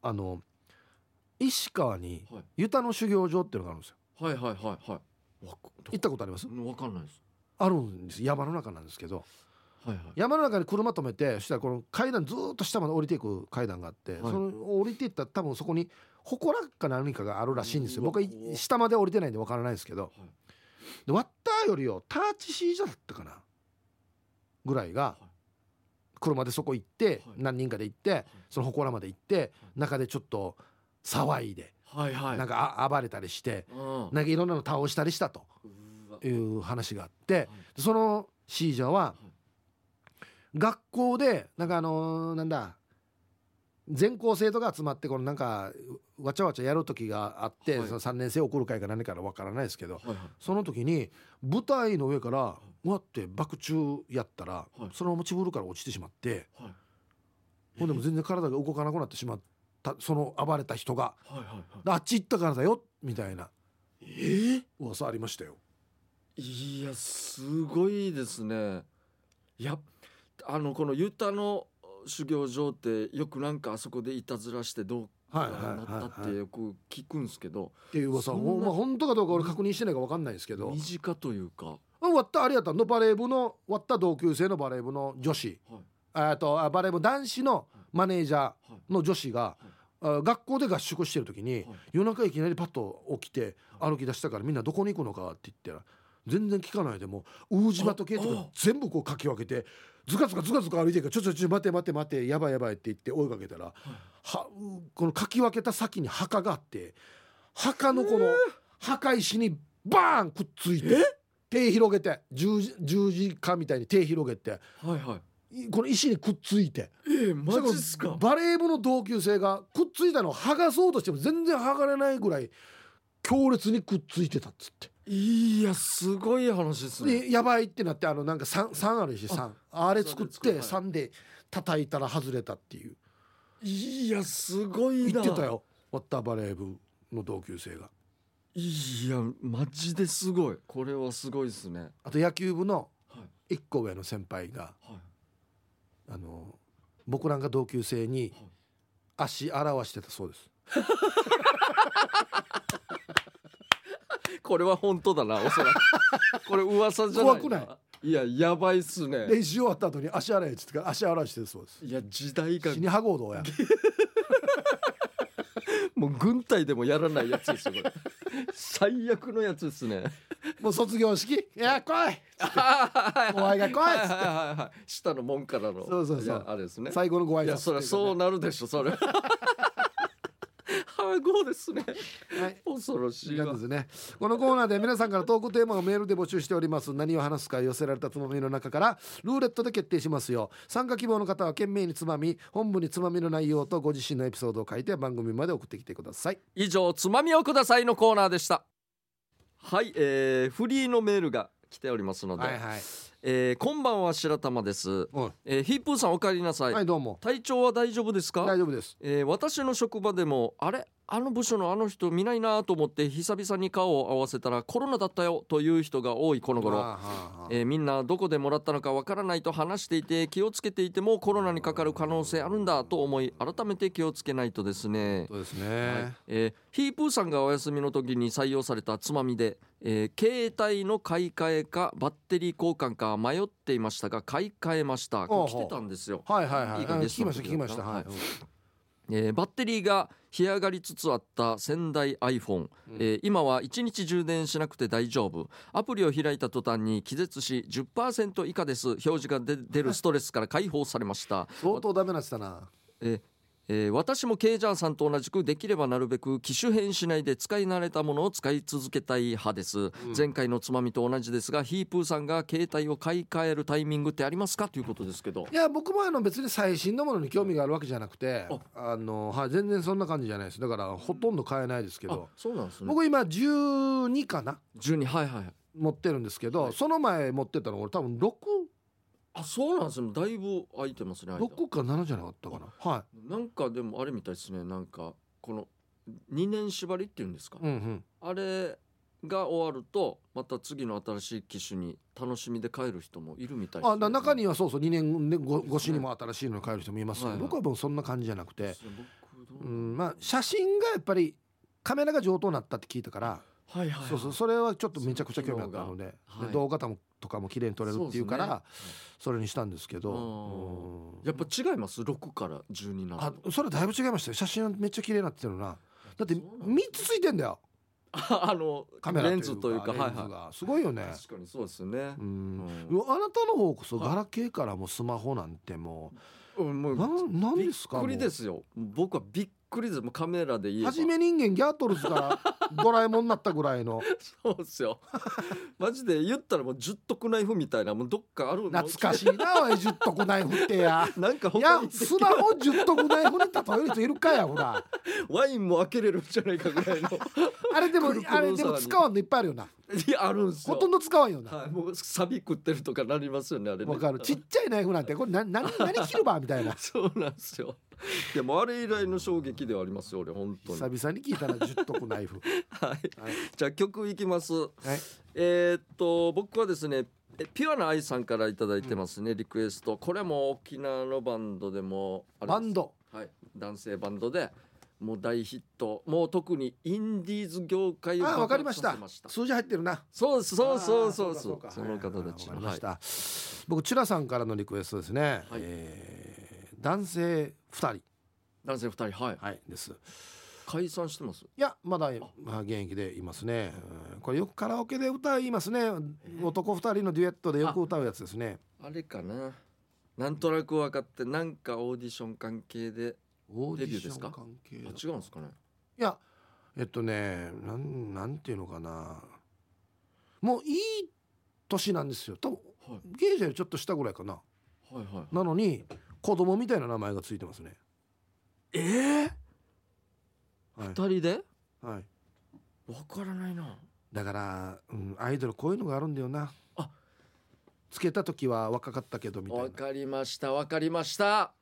あの石川にはいユタの修行場っていうのがあるんですよはいはいはいはいわ行ったことありますわかんないですあるんです山の中なんですけどはいはい山の中に車止めてそしたらこの階段ずーっと下まで降りていく階段があって、いその降りていったら多分そこに祠か何かがあるらしいんですようわ僕はい怖っ下まで降りてないんでわからないですけどはいでワッターよりよターチシージャだったかなぐらいがはい車でそこ行ってはい何人かで行ってその祠まで行って中でちょっと騒いではいはいなんかあ暴れたりしてうんなんかいろんなの倒したりしたとうわいう話があってはいでそのシージャはは学校でなんかあのーなんだ全校生徒が集まってこのなんかわちゃわちゃやる時があって、はいその3年生送る会か何かわからないですけどいはいその時に舞台の上からうわって爆中やったら、いそのままチブルから落ちてしまってはいはいほんでも全然体が動かなくなってしまったその暴れた人がはいはいであっち行ったからだよみたいなええ噂ありましたよ。いやすごいですねいやあのこのユタの修行場ってよくなんかあそこでいたずらしてどうかはいはいなはったっい、てはい、っよく聞くんですけどていう噂そんなもうまあ本当かどうか俺確認してないか分かんないですけど身近というか終わったあれやったのバレー部の終わった同級生のバレー部の女子はいあとあバレー部男子のマネージャはいーの女子がい、あ学校で合宿してる時に、はい夜中いきなりパッと起きて歩き出したからみんなどこに行くのかって言ったら全然聞かないでもうウージバとケイトあがあ全部こうかき分けてズカズカズカズカ歩いてるから「ちょちょちょ待て待て待てやばいやばい」って言って追いかけたら、はこのかき分けた先に墓があって墓のこの墓石にバーンくっついて手広げて十字十字架みたいに手広げてはいはいいこの石にくっついてええマジっすかバレー部の同級生がくっついたのを剥がそうとしても全然剥がれないぐらい強烈にくっついてたっつって、いやすごい話ですねでやばいってなってあのなんか 3, 3あるし3あれ作っそうてですかは3で叩いたら外れたっていういやすごい言なってたよワッターバレー部の同級生がいやマジですごいこれはすごいですねあと野球部のはい1個上の先輩がはいあの僕なんか同級生にはい足洗わしてたそうですこれは本当だなおそら くこれ噂じゃない怖くないいややばいっすね練習終わった後に足洗えっつってから足洗わしてたそうですいや時代が死にはごうどうやもう軍隊でもやらないやつですよこれ最悪のやつですねもう卒業式いや来いはいお前が来いはいはいっつっはい下の門からのそうそうそういやあれですねて最後のご挨拶いやそりゃそうなるでしょ それはごですねはい恐ろし時いわ間ですねこのコーナーでは皆さんからトークテーマをメールで募集しております何を話すか寄せられたつまみの中からルーレットで決定しますよ参加希望の方は懸命につまみ本部につまみの内容とご自身のエピソードを書いて番組まで送ってきてください以上「つまみをください」のコーナーでしたはいえー、フリーのメールが来ておりますので、はいはいえーこんばんは白玉です、うんえーヒープーさんお帰りなさい、はいどうも体調は大丈夫ですか、大丈夫ですえー私の職場でもあれあの部署のあの人見ないなと思って久々に顔を合わせたらコロナだったよという人が多いこのあー頃はーはーえーみんなどこでもらったのかわからないと話していて気をつけていてもコロナにかかる可能性あるんだと思い改めて気をつけないとですねそうですはいね、えーヒープーさんがお休みの時に採用されたつまみで、えー携帯の買い替えかバッテリー交換か迷っていましたが買い替えましたほうほ来うてたんですよはいはいはいいいうん感じで聞すきました聞きましたははいいえーバッテリーが干上がりつつあった仙台 iPhone、うんえー今は1日充電しなくて大丈夫アプリを開いた途端に気絶し10%以下です表示が出出るストレスから解放されました相当ダメなってたなええー私もケイジャーさんと同じくできればなるべく機種変しないで使い慣れたものを使い続けたい派です、前回のつまみと同じですがヒープーさんが携帯を買い替えるタイミングってありますかということですけどいや僕もあの別に最新のものに興味があるわけじゃなくてああの、はい、全然そんな感じじゃないですだからほとんど買えないですけあどそうなんですね僕今12かな12はいはいはい持ってるんですけど、はいその前持ってたの俺多分6あそうなんですねだいぶ空いてますね間6か7じゃなかったかなはなんかでもあれみたいですねなんかこの2年縛りっていうんですか、い、うんうん、あれが終わるとまた次の新しい機種に楽しみで帰る人もいるみたいですねあだ中にはそうそう2年ねご越しにも新しいのに買える人もいますけど、はいはい僕はもうそんな感じじゃなくそうてで、すね僕どううん、まあ写真がやっぱりカメラが上等になったって聞いたから、はいはいはいそうそうそれはちょっとめちゃくちゃ興味あったのでその機能がで動画ともとかも綺麗に撮れるっていうからそそうですねれにしたんですけど、うんうんやっぱ違います6から12になあるとそれだいぶ違いましたよ写真めっちゃ綺麗になってるなだってそうなんだ3つついてんだよ ああのカメラレンズというかレンズがはいはいすごいよね確かにそうですねう、うんんうわあなたの方こそはいガラケーからもうスマホなんてもうんもううなんなんですかびっくりですすよ僕はびっくりですもうカメラで言えば初め人間ギャートルズがドラえもんになったぐらいのそうっすよマジで言ったらもう十徳ナイフみたい なもうどっかある懐かしいなおい10徳ナイフっ てやなんかい他やにスマホ10徳ナイフに例える人いるかやほらワインも開けれるんじゃないかぐらいのあれでもくるくるあれで大も騒ぎ使わんのいっぱいあるよ ないやあるんすよほとんど使わんよなはい、もうサビ食ってるとかなりますよねあれねわかるちっちゃいナイフなんてこれな何何切るばみた いなそうなんですよいやもうあれ以来の衝撃ではありますよ俺本当に久々に聞いたら10徳ナイフはいはいじゃあ曲いきます、いえーっと僕はですねえピュアな愛さんから頂いいてますね、リクエストこれも沖縄のバンドでもあれですバンドはい、男性バンドでもう大ヒットもう特にインディーズ業界をあわかり爆発ましさたせました数字入ってるなそうですそうそうそうあーそうかその方たちはいわかりましはた僕チュラさんからのリクエストですねはいえー男性2人い男性二人はいはいです解散してますいやまだまあ現役でいますねうんこれよくカラオケで歌いますね男2人のデュエットでよく歌うやつですねあれかななんとなく分かってなんかオーディション関係でオーデディビュシーですョかン関係あだ違うんですかねいやえっとねなんなんていうのかなもういい年なんですよ多分はい芸者よりちょっと下ぐらいかなはいはいなのに子供みたいな名前がついてますねええはい二人ではい、わからないなだから、うん、アイドルこういうのがあるんだよなあつけた時は若かったけどみたいなわかりましたわかりました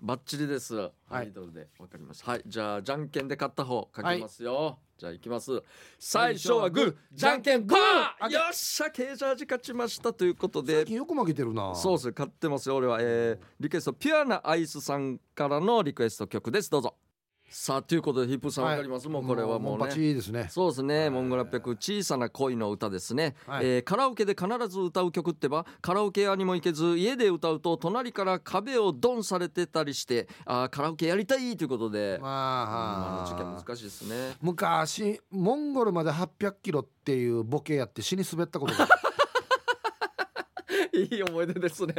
バッチリです、いアイドルでわかりましたはいじゃあじゃんけんで勝った方書きますよ、じゃあいきます最初はグーじゃんけんグあーけよっしゃケージャージ勝ちましたということで最近よく負けてるなそうです勝ってますよ俺は、えーリクエストピュアなアイスさんからのリクエスト曲ですどうぞさあということでヒップさんはいわかります、もうこれはもうバねッチリですねそうですね、モンゴル800小さな恋の歌ですね、はいえーカラオケで必ず歌う曲ってばカラオケ屋にも行けず家で歌うと隣から壁をドンされてたりしてあーカラオケやりたいということで、ままあ、あのあ事件難しいですね昔モンゴルまで800キロっていうボケやって死に滑ったことがあるいい思い出ですね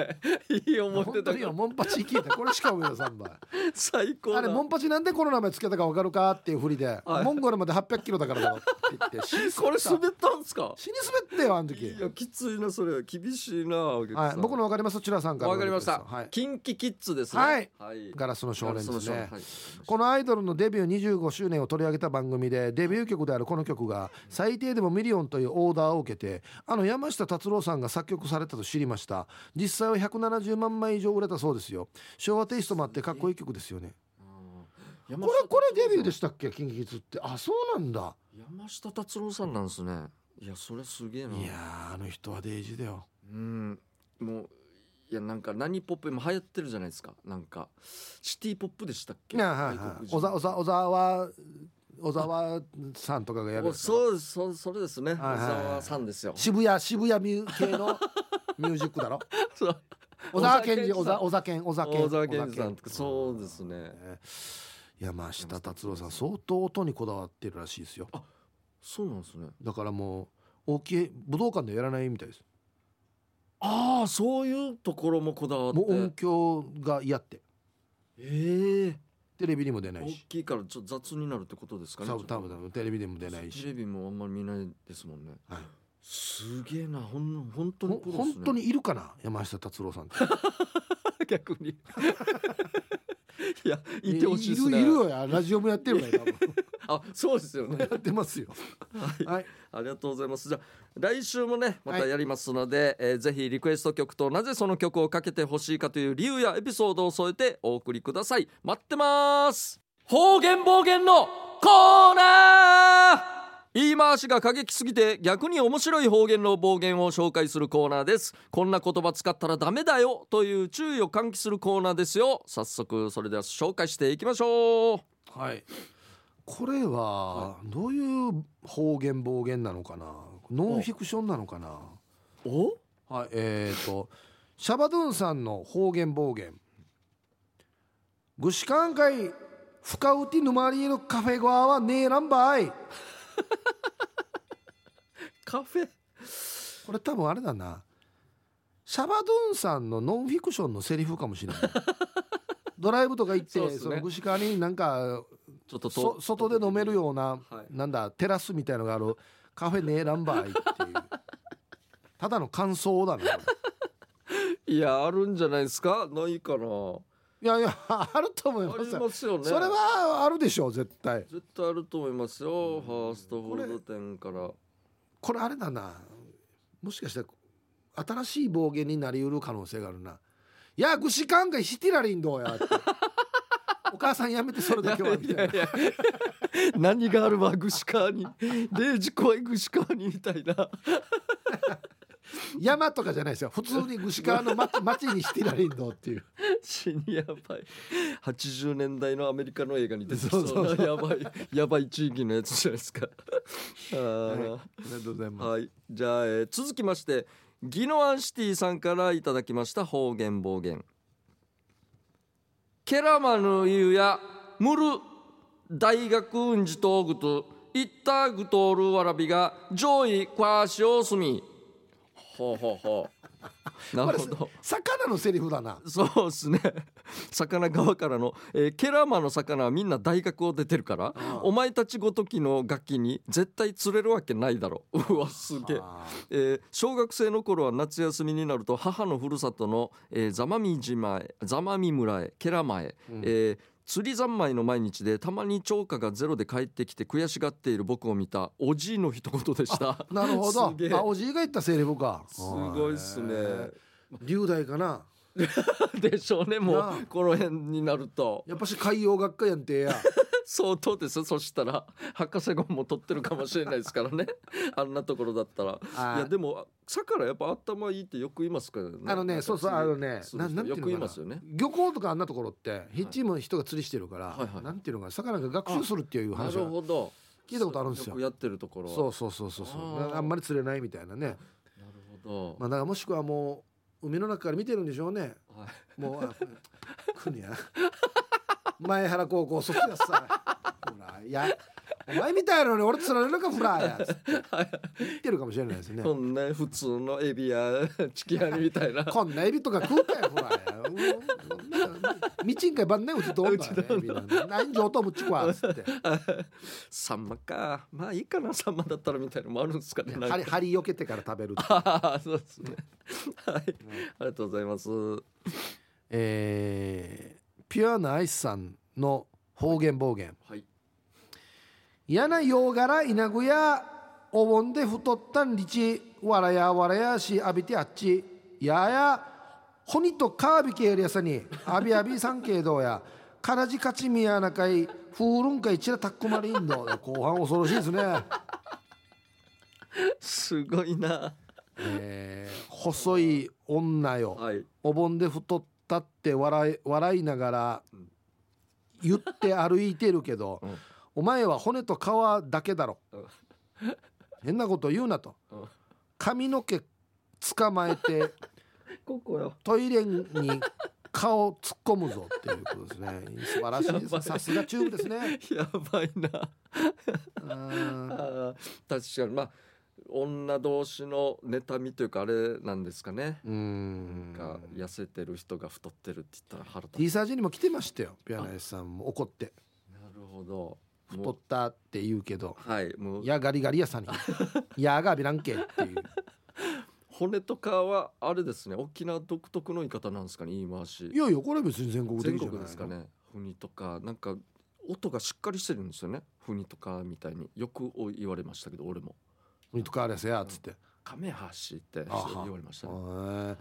いい 思い出本当だかによらモンパチ聞いてこれしか思い出さんばい最高だあれモンパチなんでこの名前つけたか分かるかっていうふりで、はいモンゴルまで800キロだからだろって言って死 にこ滑れった滑ったんですか死に滑ったよあの時いやきついなそれ厳しいなお客さんはい、僕の分かりますチュラさんからのわかりました、はい、キンキキッズですねはい、はいガラスの少年ですねはいこのアイドルのデビュー25周年を取り上げた番組でデビュー曲であるこの曲が最低でもミリオンというオーダーを受けてあの山下達郎さんが作曲されたと知りました実際は170万枚以上売れたそうですよ昭和テイストもあってかっこいい曲ですよねうんこれこれデビューでしたっけキンキキッズってあそうなんだ山下達郎さんなんですねいやそれすげえないやーあの人はデイジーだようんもういやなんか何ポップ今流行ってるじゃないですかなんかシティポップでしたっけいやはい外はい国人小沢小沢小沢小沢さんとかがやるやおつそうそうそれですね小はいはいはい沢さんですよ渋谷渋谷ミュ系のミュージックだろそう小沢健二小小沢沢小沢健小沢健小沢健二さんとかそうですねね山下達郎さん相当音にこだわってるらしいですよそうなんですねだからもう大きい武道館ではやらないみたいですああそういうところもこだわってもう音響が嫌ってええテレビにも出な大いしきいからちょっと雑になるってことですかね多分多分多分テレビでも出ないテレし、ビもあんまり見ないですもんねはい、すげえなほん本当にほプロです本ね当にいるかな山下達郎さんって 逆 にいや いてほしいですねるいるよやラジオもやってるから多分 あそうですよねやってますよはいはいありがとうございます。じゃあ来週もねまたやりますので、えーぜひリクエスト曲となぜその曲をかけてほしいかという理由やエピソードを添えてお送りください。待ってます。方言暴言のコーナー。言い回しが過激すぎて逆に面白い方言の暴言を紹介するコーナーですこんな言葉使ったらダメだよという注意を喚起するコーナーですよ早速それでは紹介していきましょうはいこれはどういう方言暴言なのかなノンフィクションなのかなおはいえー、とシャバドゥンさんの方言暴言「ぐしかんかい深うてぬまりのカフェ側はねえらんばい」カフェこれ多分あれだなシャバドゥンさんのノンフィクションのセリフかもしれないドライブとか行って そうそ,、っすねのぐしかになんかちょっとそ外で飲めるような、はいなんだテラスみたいのがあるカフェねえらんばい っていうただの感想だなこれいやあるんじゃないですかないかなあいやいやあると思いますりよますよねそれはあるでしょう絶対絶対あると思いますよファーストフード店からこれあれだなもしかしたら新しい暴言になりうる可能性があるな「いやぐしかんがいしてられんどうや」って お母さんやめてそれだけはみたいな。 何があるわグシカーに0時怖いグシカーにみたいな山とかじゃないですよ普通に串川の 町町にしてられんどっていう死にやばい80年代のアメリカの映画に出てきそそうそううなやばいやばい地域のやつじゃないですか あーりがとうございはい、じゃあ、えー続きましてギノアンシティさんからいただきました方言暴言ケラマヌユやムル大学運じとぐといったぐとるわらびが上位クワシオスミほうほうほうなるほど魚のセリフだなそうですね 魚側からの、えーケラマの魚はみんな大学を出てるからお前たちごときの楽器に絶対釣れるわけないだろううわすげえあえーー小学生の頃は夏休みになると母のふるさとの、えー、座間味島へ座間味村へ慶良間へ、えー釣り三昧の毎日でたまに釣果がゼロで帰ってきて悔しがっている僕を見たおじいの一言でしたなるほどすげえあおじいが言ったセリフかすごいっすね龍大かなでしょうねもなうあこの辺になるとやっぱし海洋学科やんて や相当ですそしたら博士号も取ってるかもしれないですからね あんなところだったらあーいやでも魚やっぱ頭いいってよく言いますからねあのねそうそうあのねななんかん釣なんりてよくいうのかな言いますよね漁港とかあんなところってヒッチも人が釣りしてるから、はいはいなんていうのかな魚が学習するっていうな話るをほど聞いたことあるんですよよくやってるところそうそうそうそうそうあーあんまり釣れないみたいなねなるほど、まあだからもしくはもう海の中から見てるんでしょうねはいもうあくにゃ前原高校卒業さほらいやお前みたいなのに俺釣られるかほらやつって言ってるかもしれないですねそんな普通のエビやチキンやみたいな こんなエビとか食うかよほらやみちんかいばんねうちとおんだよねエビなんて何上等むっちこわっつってサンマかまあいいかなサンマだったらみたいなのもあるんですかねなんか針針よけてから食べるっていうあ ーそうですねはいありがとうございますはえーピュアなアイスさんの方言暴言い嫌な洋柄稲具やお盆で太ったんりちわらやわらやし浴びてあっちややほにとカービケエリアさにあびあびさんけいどうやからじかちみやなかいふうるんかいちらたっこまりんど後半恐ろしいですね、すごいなえー細い女よ、はいお盆で太ったって笑い笑いながら言って歩いてるけど、うんお前は骨と皮だけだろ、うん変なこと言うなと、うん髪の毛捕まえて ここよトイレに顔突っ込むぞっていうことですね素晴らしいでやばいすさすがチューブで すねやばいなうんあー確かにまあ女同士の妬みというかあれなんですかね、うんが痩せてる人が太ってるって言ったら腹立 T サージにも来てましたよピアナイスさんも怒ってつなるほど太もうったって言うけどはいもういやガリガリや さにいやがびらんけっていう骨とかはあれですね沖縄独特の言い方なんですかね言い回しいやいやこれは別に全国的全じゃない国ですかねふにとかなんか音がしっかりしてるんですよねふにとかみたいによく言われましたけど俺もミトカーレスやっつって、亀橋ってあは言われましたねへえ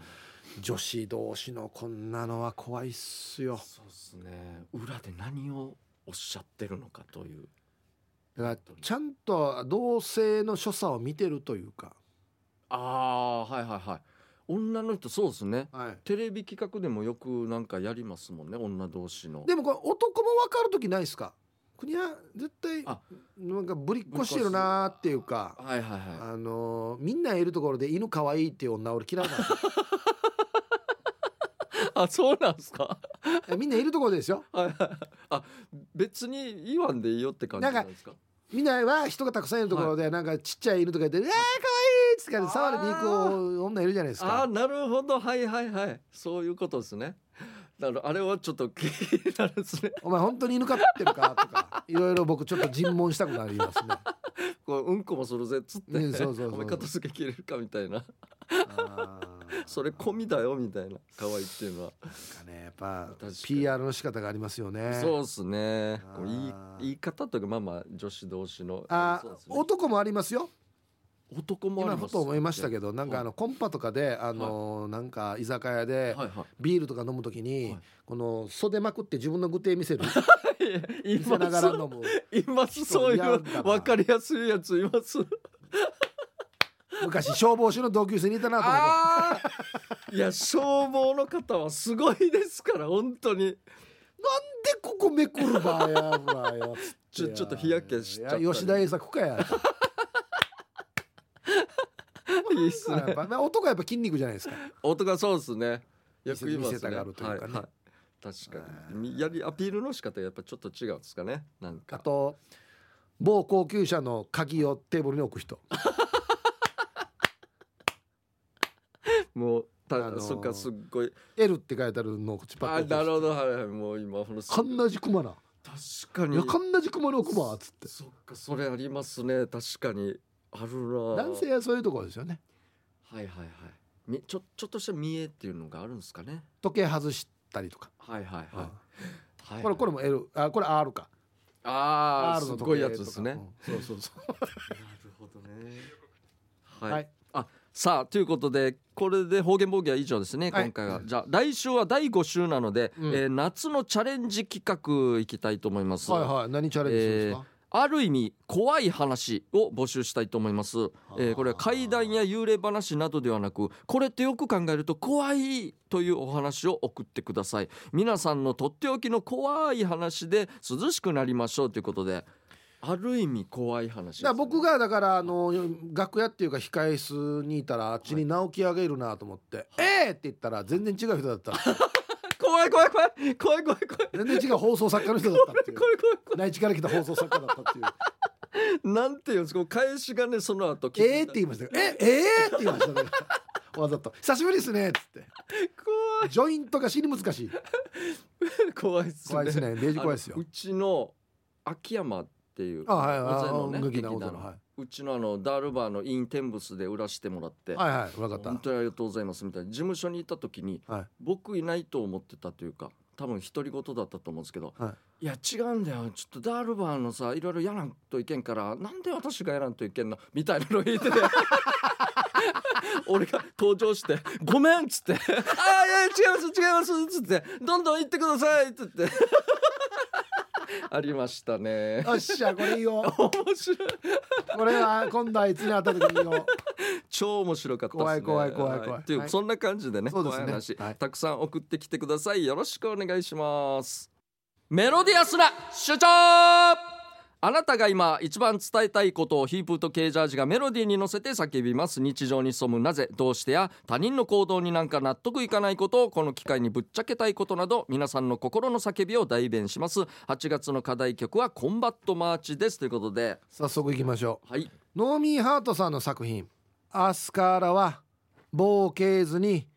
女子同士のこんなのは怖いっすよそうですね裏で何をおっしゃってるのかというだからちゃんと同性の所作を見てるというか、ああーはいはいはい女の人そうですねはい、テレビ企画でもよくなんかやりますもんね女同士のでもこれ男も分かる時ないですか国は絶対あなんかぶりっこしてるなーっていうかはいはいはあのーみんないるところで犬可愛いっていう女俺嫌いな んですよいあそうなんですかえみんないるところでですよはいはいはい あ別に言わんでいいよって感じなんですかみんなは人がたくさんいるところでなんかちっちゃい犬とか言って「うわー可愛いっつって言って触りに行く女いるじゃないですああかーなるほどはいはいはいそういうことですねだからあれはちょっと気になるですね 「お前本当に犬飼ってるか?」とかいろいろ僕ちょっと尋問したくなります ね。こううんこもするぜっつって、ねそうそうそうお前片付け切れるかみたいなあーそれ込みだよみたいな可愛いっていうのは、なんかねやっぱ確かに PR の仕方がありますよね。そうですねこう言いあー言い方というかまあまあ女子同士のあそうですね男もありますよ男もあ今りますふと思いましたけどどなんかあのコンパとかであのーなんか居酒屋ではいはビールとか飲むときはにいこの袖まくって自分の具体見 せる い見せ今ながら飲む今そうい人いやだなう分かりやすいやついます昔消防士の同級生にいたなと思ってああいや消防の方はすごいですから本当にでここめくるばやばや ちつってょちょっと日焼けしちゃったりいや吉田栄作 かやいいっすやっねぱまあ男はやっぱ筋肉じゃないですか音がそうですねよく言いますね見せたがるというかねはいはい、確かにみやりアピールの仕方やっぱちょっと違うんですかねなんあかと某高級車の鍵をテーブルに置く人もうた、あのーそっかすっごい L って書いてあるのをこっちパあッーなるとほどはいはいもう今このかんなじくまな確かいにやかんなじくまのくまっつってそっかそれありますね確かにあるな男性はそういうところですよねはいはいはいみちょちょっとした見えっていうのがあるんですかね時計外したりとか、はいはいはい、うんはいはいこれこれも L あこれ R かああ R すの時計とかごいやつですね、うんそうそうそうなるほどねはい、はいさあということでこれで方言暴言は以上ですね、はい今回はじゃあ来週は第5週なので、うんえー夏のチャレンジ企画いきたいと思います、はいはい何チャレンジするんですか、ある意味怖い話を募集したいと思います、えーこれは怪談や幽霊話などではなくこれってよく考えると怖いというお話を送ってください皆さんのとっておきの怖い話で涼しくなりましょうということである意味怖い話ですねだから僕がだからあの楽屋っていうか控え室にいたらあっちに直樹あげるなと思って「ええー!」って言ったら全然違う人だった 怖い怖い怖い怖い怖い怖い怖い全然違う放送作家の人だった っていう怖い怖い怖内地から来た放送作家だった っていう「いなんていうんですか返しがねその後ええ!」って言いましたよ「えええー!」って言いましたねわざと「久しぶりですね」っつって怖ジョイントが死に難しいい怖いっすね怖いですねデージ怖いですよあのうちの秋山っていうあはいはい大勢のね音楽劇な団音楽のはうちのあのダールバーのインテンブスで売らしてもらって、いはいはい分かった本当にありがとうございますみたいな事務所にいた時に、はい僕いないと思ってたというか多分独り言だったと思うんですけど、、はいや違うんだよちょっとダールバーのさいろいろやらんといけんからなんで私がやらんといけんのみたいなの言って て俺が登場して「ごめん」っつって「ああいや違います違います」っつって「どんどん行ってください」っつってありました ね。よっしゃこれいいよ面白いこれは今度あいつに当たる時いいよ超面白かったですね怖い怖い怖い怖いはっていう、はいそんな感じでねそうですね怖い話、はいたくさん送ってきてくださいよろしくお願いしますメロディアスな主張あなたが今一番伝えたいことをヒープーとケージャージがメロディーに乗せて叫びます日常に潜むなぜどうしてや他人の行動になんか納得いかないことをこの機会にぶっちゃけたいことなど皆さんの心の叫びを代弁します8月の課題曲はコンバットマーチですということで早速いきましょうはいノーミーハートさんの作品「明日からは冒険ずに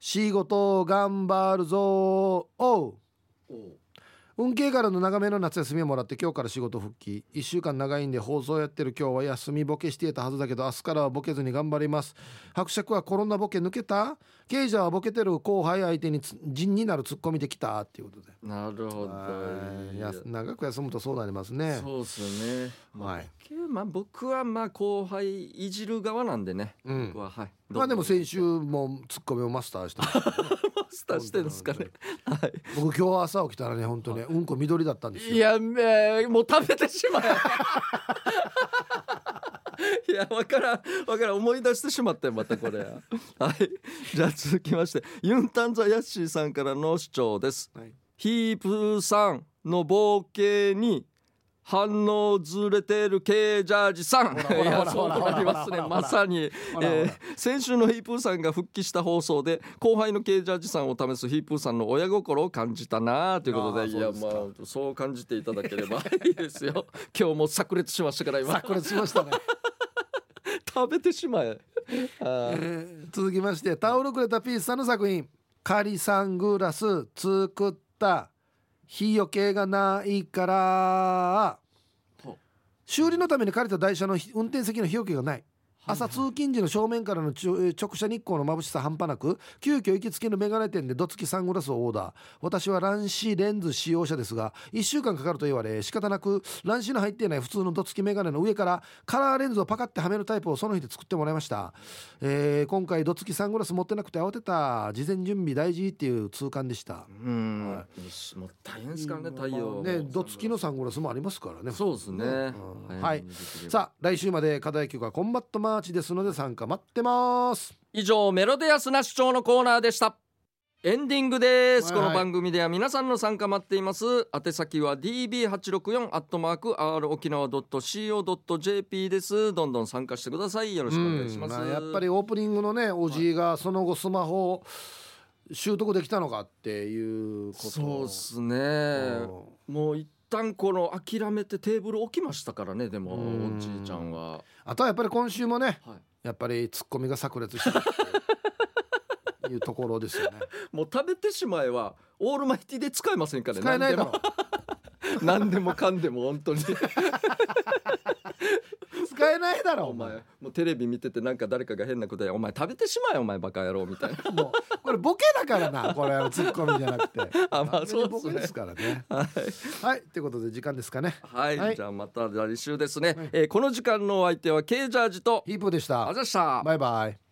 仕事を頑張るぞ」おう運慶からの長めの夏休みをもらって今日から仕事復帰1週間長いんで放送やってる今日は休みボケしていたはずだけど明日からはボケずに頑張ります伯爵はコロナボケ抜けた刑事はボケてる後輩相手につ人になるツッコミできたっていうことでなるほはいどや長く休むとそうなりますねそうですね、まあはい僕まあ、僕はまあ後輩いじる側なんでね、うん僕ははいまあでもセ先週もツッコミをマスターしてますからねマスターしてるんですかねはい僕今日朝起きたらね本当ねうんこ緑だったんですよいやめもう食べてしまえ いやわからんわからん思い出してしまったよまたこれはいじゃあ続きましてユンタンザヤッシーさんからの主張です、はいヒープーさんの冒険に反応ずれてるケージャージさんほらほらいやそほうらほらなりますねほらほらまさにほらほらえー先週のヒープーさんが復帰した放送で後輩のケージャージさんを試すヒープーさんの親心を感じたなということあでーいやそまうあですかそう感じていただければいいですよ 今日も炸裂しましたからさあ今これしま したね、食べてしまえあえーー続きましてタオルくれたピースさんの作品「カリサングラス作った日よけがないからほう」修理のために借りた台車の運転席の日よけがない朝通勤時の正面からのちょえー直射日光の眩しさ半端なく急遽行きつけのメガネ店でどつきサングラスをオーダー私は乱視レンズ使用者ですが1週間かかると言われ仕方なく乱視の入っていない普通のどつきメガネの上からカラーレンズをパカッてはめるタイプをその日で作ってもらいました、えー今回どつきサングラス持ってなくて慌てた事前準備大事っていう痛感でしたうん、はよしもう大変ですからね太陽ねどつきのサングラスもありますからねそうですね、う早んはめいにできればさあ来週まで課題曲はコンバットマーチですので参加待ってます以上メロディアスな主張のコーナーでしたエンディングです、はいはこいの番組では皆さんの参加待っています宛先は db864 アットマーク r 沖縄 .co.jp ですどんどん参加してくださいよろしくお願いします、うんまあ、やっぱりオープニングのねおじいがその後スマホを習得できたのかっていうことそうっすねうんもう一旦この諦めてテーブル置きましたからねでもうんおじいちゃんは、あとはやっぱり今週もねはやっぱりツッコミが炸裂したっていういうところですよねい、もう食べてしまえはオールマイティ で使えませんからね使えないだろ何でも何でもかんでも本当に使えないだろおお前前もうテレビ見ててなんか誰かが変なことやお前食べてしまえお前バカ野郎みたいなもうこれボケだからなこれはツッコミじゃなくて あまあそうっすねボケですからねはい、はい、ということで時間ですかねはい、はいじゃあまた来週ですね、えーこの時間のお相手はケイジャージとヒープーでしあたざしたバイバイ